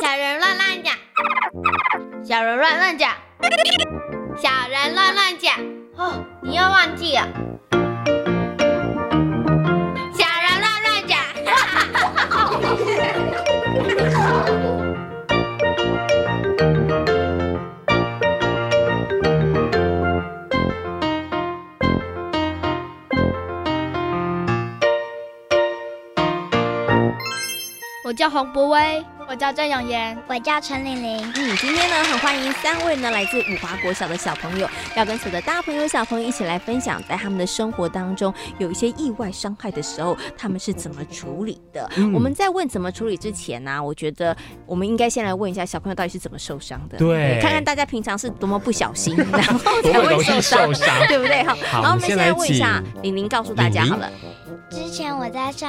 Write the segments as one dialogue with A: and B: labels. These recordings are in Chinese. A: 小人乱乱讲，小人乱乱讲，小人乱乱讲。哦，你又忘记了。小人乱乱讲，
B: 我叫黄博威，我叫郑永言。
C: 我叫陈玲玲，
D: 嗯，今天呢，很欢迎三位呢来自五华国小的小朋友，要跟所有的大朋友、小朋友一起来分享，在他们的生活当中有一些意外伤害的时候，他们是怎么处理的。
E: 嗯
D: 我们在问怎么处理之前呢、我觉得我们应该先来问一下小朋友到底是怎么受伤的，
E: 对
D: 看看大家平常是多么不小 心，然后
E: 多
D: 才
E: 么
D: 会
E: 容易
D: 受伤
E: 受，伤。
D: 对不对？好，然后我
E: 好我
D: 们
E: 们先
D: 现在
E: 来
D: 问一下
E: 请
D: 玲玲，告诉大家
E: 玲玲
D: 好了，
C: 之前我在上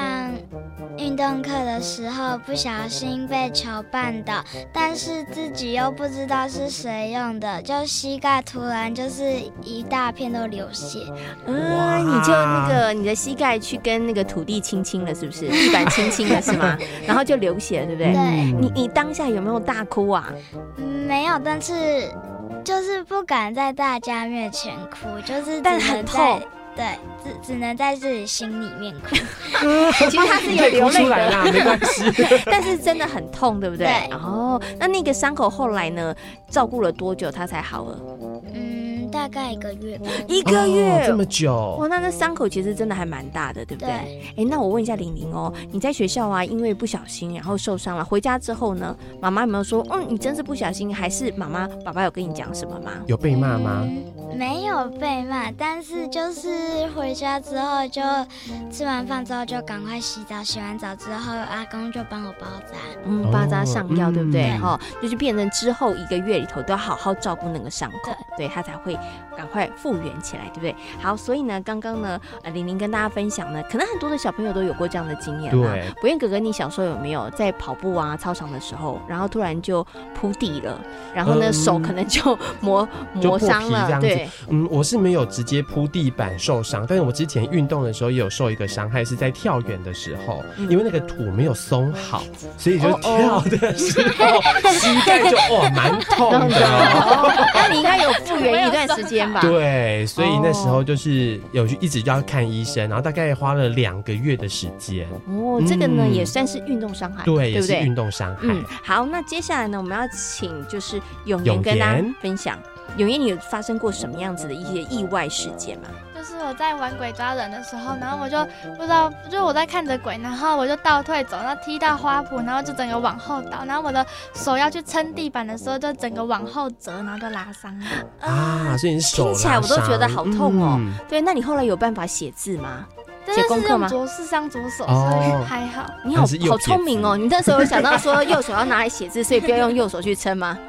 C: 运动课的时候不小心被球绊倒，但是自己又不知道是谁用的，就膝盖突然就是一大片都流血。
E: 哇
D: 嗯，你就那个你的膝盖去跟那个土地亲亲了，是不是？地板亲亲了是 吗？然后就流血了，对不对？
C: 对
E: 嗯
D: 你你当下有没有大哭 啊？
C: 嗯没有，但是就是不敢在大家面前哭，就是只
D: 但很
C: 能在
D: 痛。
C: 对，只只能在自己心里面哭。
D: 其实他是
E: 你
D: 有
E: 可以
D: 流
E: 哭
D: 泪
E: 出来
D: 的，
E: 啦，没关系。
D: 但是真的很痛，对不对？
C: 对
D: 哦，那那个伤口后来呢？照顾了多久它才好了？
C: 嗯，大概一个月吧。
D: 一个
E: 哦
D: 月。
E: 这么久
D: 哇，，那那伤口其实真的还蛮大的，对不对？哎
C: 对，、
D: 那我问一下玲玲哦，你在学校啊，因为不小心然后受伤了，回家之后呢，妈妈有没有说，嗯，你真是不小心，还是妈妈、爸爸有跟你讲什么吗？
E: 有被骂吗？
C: 嗯没有被骂，但是就是回家之后就吃完饭之后就赶快洗澡，洗完澡之后阿公就帮我包扎。
D: 嗯
E: 哦，
D: 巴扎上药，
E: 嗯
D: 对不对？
E: 对
D: 哈、就是变成之后一个月里头都要好好照顾那个伤口，对它才会赶快复原起来，对不对？好，所以呢，刚刚呢，呃，玲玲跟大家分享呢，可能很多的小朋友都有过这样的经验啦。
E: 对，
D: 博彦哥哥，你小时候有没有在跑步啊、操场的时候，然后突然就扑地了，然后呢，
E: 嗯
D: 手可能就磨
E: 就
D: 磨
E: 破皮
D: 伤
E: 这
D: 了，
E: 样子
D: 对，
E: 嗯，我是没有直接铺地板受伤，但是我之前运动的时候也有受一个伤害，是在跳远的时候，
D: 嗯
E: 因为那个土没有松好，所以就
D: 哦
E: 跳
D: 哦
E: 的时 候膝盖就哦蛮痛的。
D: 哦那你应该有复原一段时间吧？
E: 对，所以那时候就是有去一直要看医生，然后大概花了两个月的时间，
D: 哦，这个呢
E: 嗯
D: 也算是运动伤害，
E: 啊对，也
D: 对不
E: 是
D: 对？
E: 运动伤害。
D: 嗯，好，那接下来呢，我们要请就是永
E: 永
D: 言跟大家
E: 言
D: 分享，永言你有发生过什么样子的一些意外事件吗？
B: 就是我在玩鬼抓人的时候，然后我就不知道，就是我在看着鬼，然后我就倒退走，然后踢到花圃，然后就整个往后倒，然后我的手要去撑地板的时候，就整个往后折，然后就拉伤了。
E: 啊，所以你是手
D: 听起来
E: 拉
D: 我都觉得
E: 伤
D: 好痛哦
E: 嗯
D: 对，那你后来有办法写字吗？
B: 但
D: 写
B: 是
D: 功
B: 是
D: 课
B: 用
D: 吗
B: 左是上左手，
E: 哦
B: 所以还好。
D: 你好
E: 还是右
D: 好
E: 撇子
D: 聪明哦，你那时候有想到说右手要拿来写字，所以不要用右手去撑吗？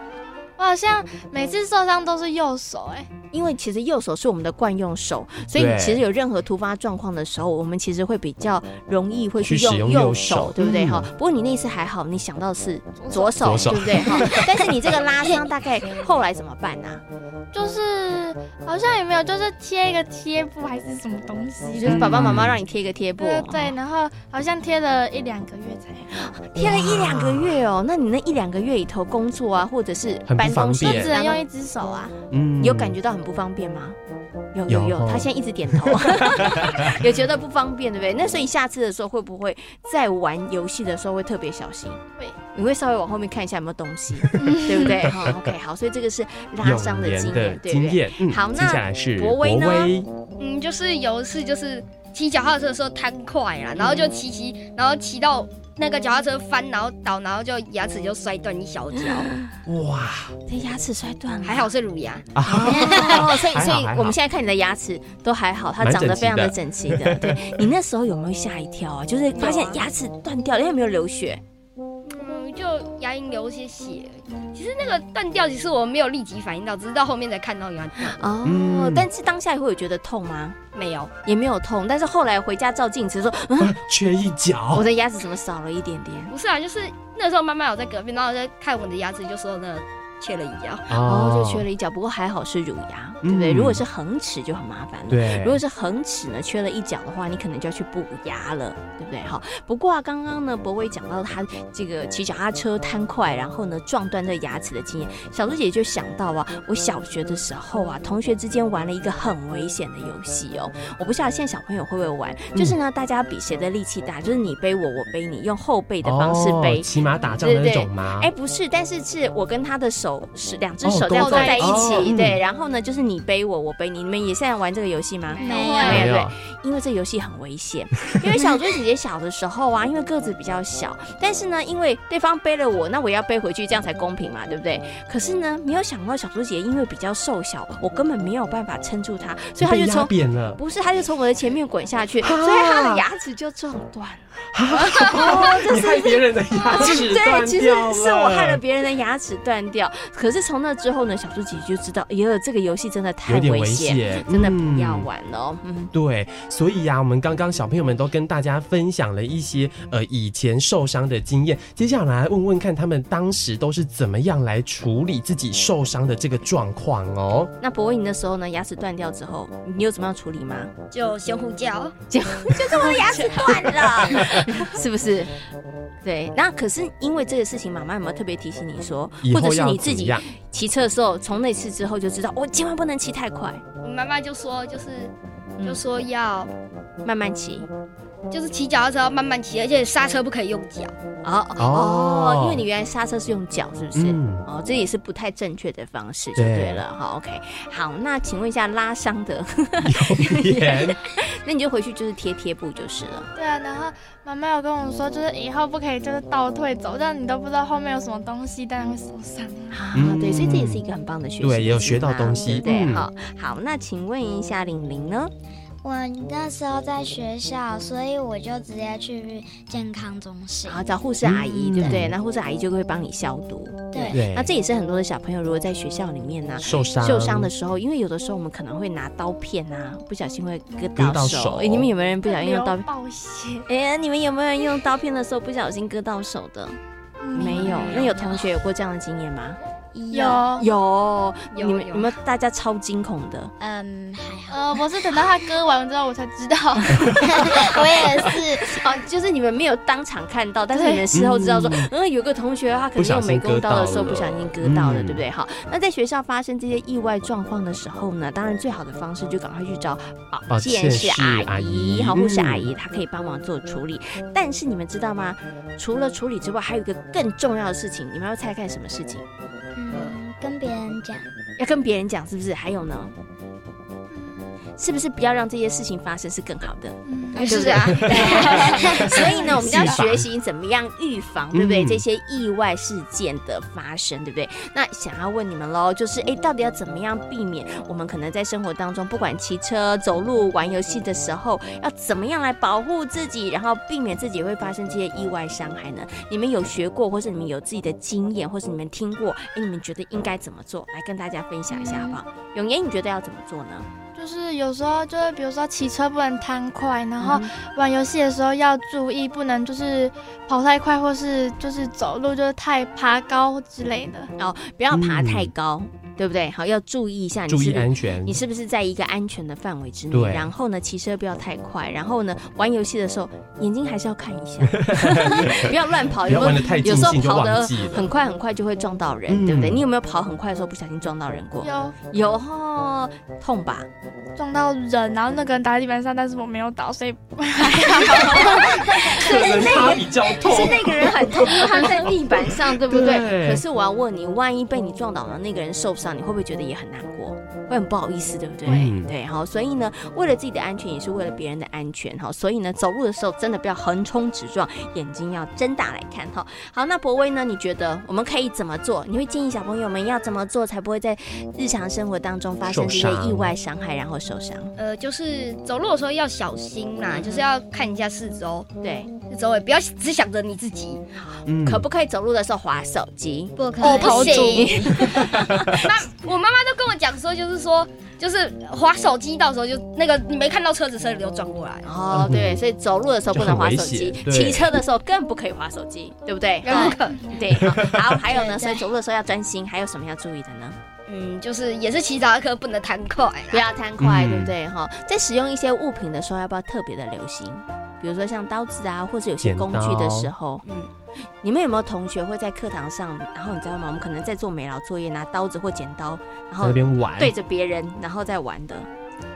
B: 我好像每次受伤都是右手、哎，
D: 因为其实右手是我们的惯用手，所以你
E: 对
D: 其实有任何突发状况的时候，我们其实会比较容易会去
E: 去使
D: 用
E: 用右
D: 右
E: 手
D: 手，对不对？
E: 嗯
D: 哈、不过你那次还好，你想到的是左手，
E: 左手
D: 对不对？哈，但是你这个拉伤大概后来怎么办啊呢、
B: 就是好像也没有，就是贴一个贴布还是什么东西
D: 就
B: 的。
D: 是爸爸妈妈让你贴一个贴布，啊
B: 对对对，然后好像贴了一两个月才好，
D: 贴了一两个月哦。那你那一两个月里头工作啊，或者是
E: 很不
D: 办公室
E: 方
B: 就
E: 便
B: 只能用一只手啊。
E: 嗯
D: 有感觉到很不方便吗？有有
E: 有
D: 有，他现在一直点头，有觉得不方便，对不对？那所以下次的时候会不会在玩游戏的时候会特别小心？
B: 会，
D: 你会稍微往后面看一下有没有东西，对不对？好，OK，好，所以这个是拉
E: 永
D: 伤的
E: 言
D: 经
E: 的
D: 验，对不
E: 经
D: 对？
E: 验。嗯
D: 好
E: 接
D: 那
E: 下来是
D: 博威呢
F: 嗯，就是有一次就是骑脚踏车的时候贪快
D: 嗯
F: 啦，然后就骑骑，然后骑到那个脚踏车翻，然后倒，然后就牙齿就摔断一小 角，
E: 哇
D: 这牙齿摔断了，
F: 还好是乳牙。
E: 啊，
D: 哦，所以
E: 还好
D: 所以
E: 还好
D: 我们现在看你的牙齿都还好，它
E: 蛮
D: 长得
E: 整齐
D: 非常的
E: 的
D: 整齐 的。对你那时候有没有吓一跳啊？就是发现牙齿断掉了，因为没有流血。
F: 嗯，就牙龈流一些血。其实那个断掉，其实我没有立即反应到，只是到后面才看到牙断。
D: 哦，
E: 嗯
D: 但是当下会有觉得痛吗？
F: 没有，
D: 也没有痛，但是后来回家照镜子说，
E: 缺一角
D: 我。的牙齿怎么少了一点点？
F: 不是啊，就是那时候妈妈有在隔壁，然后在看我的牙齿，就说呢。缺了一脚。
D: 哦，就缺了一脚，不过还好是乳牙，对不对？
E: 嗯
D: 如果是恒齿就很麻烦了。
E: 对，
D: 如果是恒齿呢，缺了一角的话，你可能就要去补牙了，对不对？好，不过啊，刚刚呢，博威讲到他这个骑脚踏车贪快，然后呢撞断这牙齿的经验，小猪姐就想到啊，我小学的时候啊，同学之间玩了一个很危险的游戏哦，我不知道现在小朋友会不会玩，
E: 嗯
D: 就是呢，大家比谁的力气大，就是你背我，我背你，用后背的方式背
E: 哦，骑马打仗的那
D: 对对
E: 种吗？
D: 哎，不是，但是是我跟他的手是两只
E: 哦
D: 手这样
E: 勾
D: 勾
E: 在
D: 在
E: 一
D: 一
E: 起
D: 起，
E: 哦
D: 对，
E: 嗯
D: 然后呢，就是你背我，我背你，你们也现在玩这个游戏吗？
C: 没有
D: 没有
E: 没有
D: 对，因为这游戏很危险， 因为小猪姐姐小的时候啊，因为个子比较小，但是呢，因为对方背了我，那我也要背回去，这样才公平嘛，对不对？可是呢，没有想到小猪姐姐因为比较瘦小，我根本没有办法撑住她，所以她
E: 被
D: 就
E: 压
D: 从
E: 扁啊了。
D: 不是，她就从我的前面滚下去，所以她的牙齿就撞断了。
E: 你害别人的 牙齿
D: 哦 对，
E: 断
D: 其实
E: 掉
D: 是我害了
E: 了。
D: 别人的牙齿断掉。可是从那之后呢，小猪姐姐就知道，哎呦，这个游戏真的太
E: 有点
D: 危
E: 危
D: 险，
E: 险，
D: 真的不要
E: 嗯
D: 玩哦。嗯，
E: 对，所以呀、我们刚刚小朋友们都跟大家分享了一些呃以前受伤的经验，接下来问问看他们当时都是怎么样来处理自己受伤的这个状况哦。
D: 那博威，你那时候呢，牙齿断掉之后，你有怎么样处理吗？
F: 就先呼叫，
D: 就是我的牙齿断了，是不是？对，那可是因为这个事情，妈妈有没有特别提醒你说，
E: 以
D: 或者
E: 后
D: 是
E: 要
D: 你
E: 怎
D: 自
E: 么
D: 己
E: 样？
D: 骑车的时候，从那次之后就知道，我、千万不能骑太快，
F: 我妈妈就说就是
D: 嗯
F: 就说要
D: 慢慢骑。
F: 就是骑脚的时候慢慢骑，而且刹车不可以用脚。
D: 哦
E: 哦
D: 哦，因为你原来刹车是用脚，是不是？
E: 嗯，
D: 哦，这也是不太正确的方式，就对了。好，OK，好，那请问一下拉伤的，
E: 有点
D: 那你就回去就是贴贴布就是了。
B: 对啊，然后妈妈有跟我说，就是以后不可以就是倒退走，让你都不知道后面有什么东西，但会受伤。
D: 啊，
E: 嗯
D: 对，所以这也是一个很棒的学习经验啊，
E: 对也有学到东
D: 对
E: 西
D: 不对？
E: 嗯
D: 好，好，那请问一下玲玲呢？
C: 我那时候在学校，所以我就直接去健康中心。
D: 啊，找护士阿姨，
E: 嗯
D: 对不对？那护士阿姨就会帮你消毒。
C: 对
E: 对
D: 那啊这也是很多的小朋友如果在学校里面呢、
E: 受伤
D: 受伤的时候，因为有的时候我们可能会拿刀片啊，不小心会割
E: 割到
D: 到
E: 手
D: 手。哎，你们有没有人不小心用刀
B: 流
D: 片？
B: 暴血，
D: 哎，你们有没有人用刀片的时候不小心割到手的？嗯没有。那有同学有过这样的经验吗？
B: 有。
D: 有，
F: 有
D: 你们
F: 有
D: 有没有大家超惊恐的？
C: 嗯， 还好，
B: 呃，我是等到他割完之后，我才知道。
C: 我也是。
D: 哦，就是你们没有当场看到，但是
B: 对
D: 你们事后知道说
E: 嗯，
D: 嗯，有个同学他可
E: 不
D: 能
E: 小
D: 用
E: 心
D: 美工刀的时候
E: 割到了
D: 不小心割到了，
E: 嗯
D: 对不对？好，那在学校发生这些意外状况的时候呢，当然最好的方式就赶快去找保
E: 保
D: 健
E: 健
D: 室
E: 室
D: 阿
E: 哦阿
D: 姨、
E: 姨
D: 好护士
E: 嗯
D: 阿姨，她可以帮忙做处理。但是你们知道吗？除了处理之外，还有一个更重要的事情，你们要猜看什么事情？
C: 嗯，跟别人讲，
D: 要跟别人讲，是不是？还有呢？是不是不要让这些事情发生是更好的？
F: 没事啊，
D: 所以呢，我们就要
E: 预防
D: 学习怎么样预防，对不对？
E: 嗯
D: 这些意外事件的发生，对不对？那想要问你们喽，就是哎，诶到底要怎么样避免我们可能在生活当中，不管骑车、走路、玩游戏的时候，要怎么样来保护自己，然后避免自己会发生这些意外伤害呢？你们有学过，或是你们有自己的经验，或是你们听过，哎，你们觉得应该怎么做？来跟大家分享一下，好不好？永言，你觉得要怎么做呢？
B: 就是有时候就是比如说骑车不能贪快，然
E: 嗯
B: 后玩游戏的时候要注意，不能就是跑太快，或是就是走路就是太爬高之类的。
D: 哦不要爬太高，对不对？好，要注意一下，你是
E: 注
D: 不
E: 意
D: 是
E: 安全
D: 你。是不是在一个安全的范围之内？
E: 对
D: 然后呢，骑车不要太快，然后呢，玩游戏的时候眼睛还是要看一 下，不要乱跑，
E: 不要
D: 有没
E: 玩
D: 有？
E: 的太
D: 有
E: 尽
D: 时候
E: 兴就
D: 跑
E: 忘
D: 得
E: 记了
D: 很。快很快就会撞到人，
E: 嗯
D: 对不对？你有没有跑很快的时候不小心撞到人过？
B: 有
D: 有吼，痛吧？
B: 撞到人，然后那个人打在地板上，但是我没有倒，所以
E: 可能他比较痛
D: 是那个人很痛，因为他在地板上，对不对？
E: 对
D: 可是我要问你，万一被你撞倒了，那个人受伤，你会不会觉得也很难过？会很不好意思，对不对？
E: 嗯
D: 对，好，所以呢，为了自己的安全，也是为了别人的安全，哈，所以呢，走路的时候真的不要横冲直撞，眼睛要睁大来看，哈。好，那博威呢？你觉得我们可以怎么做？你会建议小朋友们要怎么做，才不会在日常生活当中发生这些
E: 受伤
D: 意外伤害，然后受伤？
F: 呃，就是走路的时候要小心啦，
D: 嗯
F: 就是要看一下四周，
D: 对，
F: 就周围，不要只想着你自 己。
E: 嗯
D: 可不可以走路的时候划手机？
C: 不可以。
F: 哦，
D: 投
F: 不
D: 足
F: 行。 那我妈妈都跟我讲说，就是说，就是划手机，到时候就那个你没看到车子，车子就撞过来。
D: 哦，对，所以走路的时候不能划手机
E: 嗯就很危险，对
D: 骑车的时候更不可以划手机，对不对？
F: 有可能，
D: 对，好，好 还有呢，
C: 对对
D: 所以走路的时候要专心，还有什么要注意的呢？
F: 嗯，就是也是骑脚踏车不能贪快
D: 不
F: 啦。
D: 要贪快，
E: 嗯
D: 对不对？哈，在使用一些物品的时候，要不要特别的留心？比如说像刀子啊，或是有些
E: 剪刀
D: 工具的时候，
F: 嗯，
D: 你们有没有同学会在课堂上，然后你知道吗？我们可能在做美劳作业，拿刀子或剪刀，然
E: 在
D: 后
E: 那边玩，
D: 对着别人，然后再玩的，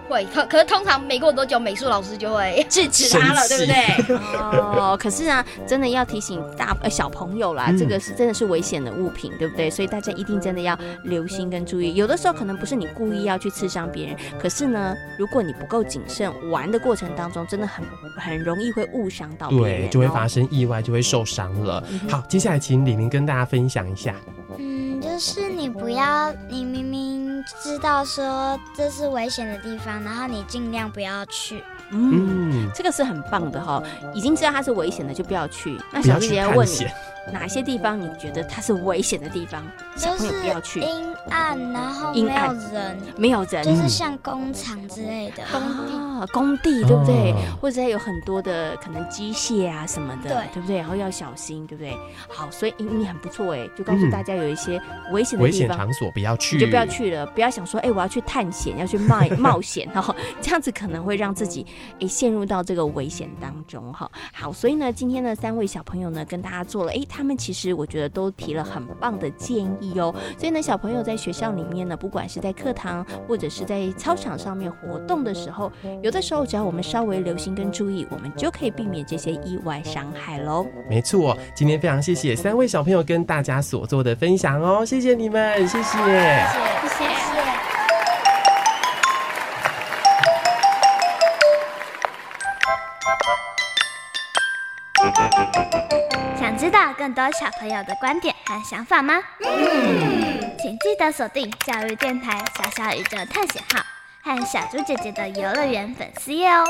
F: 会可可是通常没过多久，美术老师就会
D: 制止他了，
E: 生
D: 对
E: 气
D: 不对？哦，可是啊，真的要提醒大呃小朋友啦，
E: 嗯
D: 这个是真的是危险的物品，对不对？所以大家一定真的要留心跟注意。有的时候可能不是你故意要去刺伤别人，可是呢，如果你不够谨慎，玩的过程当中真的很很容易会误伤到别人、
E: 对，
D: 哦，
E: 就会发生意外，就会受伤了。
D: 嗯
E: 好，接下来请李玲跟大家分享一下。
C: 嗯，就是你不要，你明明知道说这是危险的地方，然后你尽量不要去。
D: 嗯。
E: 嗯，
D: 这个是很棒的哈、已经知道它是危险的就不要去。那
E: 嗯不
D: 小
E: 要
D: 丽
E: 去
D: 姐要
E: 探
D: 问你
E: 险，，
D: 哪些地方你觉得它是危险的地方？小朋
C: 就
D: 友不要
C: 是
D: 去，
C: 阴暗，然后
D: 阴
C: 没有
D: 暗嗯
C: 人，
D: 没有人，
C: 就是像工厂之类的。
D: 啊，工地对不对？
E: 嗯哦
D: 或者有很多的可能机械啊什么的，
C: 对
D: 不对？然后要小心，对不对？好，所以你你很不错哎，就告诉
E: 嗯
D: 大家有一些危险的
E: 危
D: 地
E: 险
D: 方。
E: 场所不要去，
D: 你就不要。去了，不要想说，哎、我要去探险，要去冒冒险哦，这样子可能会让自己哎、陷入到这个危险当中哈、好，所以呢，今天呢，三位小朋友呢跟大家做了，哎、他们其实我觉得都提了很棒的建议哦。所以呢，小朋友在学校里面呢，不管是在课堂或者是在操场上面活动的时候，有的时候只要我们稍微留心跟注意，我们就可以避免这些意外伤害喽。
E: 没错，今天非常谢谢三位小朋友跟大家所做的分享哦，谢谢你们，谢谢。
C: 谢谢。
G: 想知道更多小朋友的观点和想法吗？请记得锁定教育电台《小小宇宙探险号》和小猪姐姐的游乐园粉丝页哦。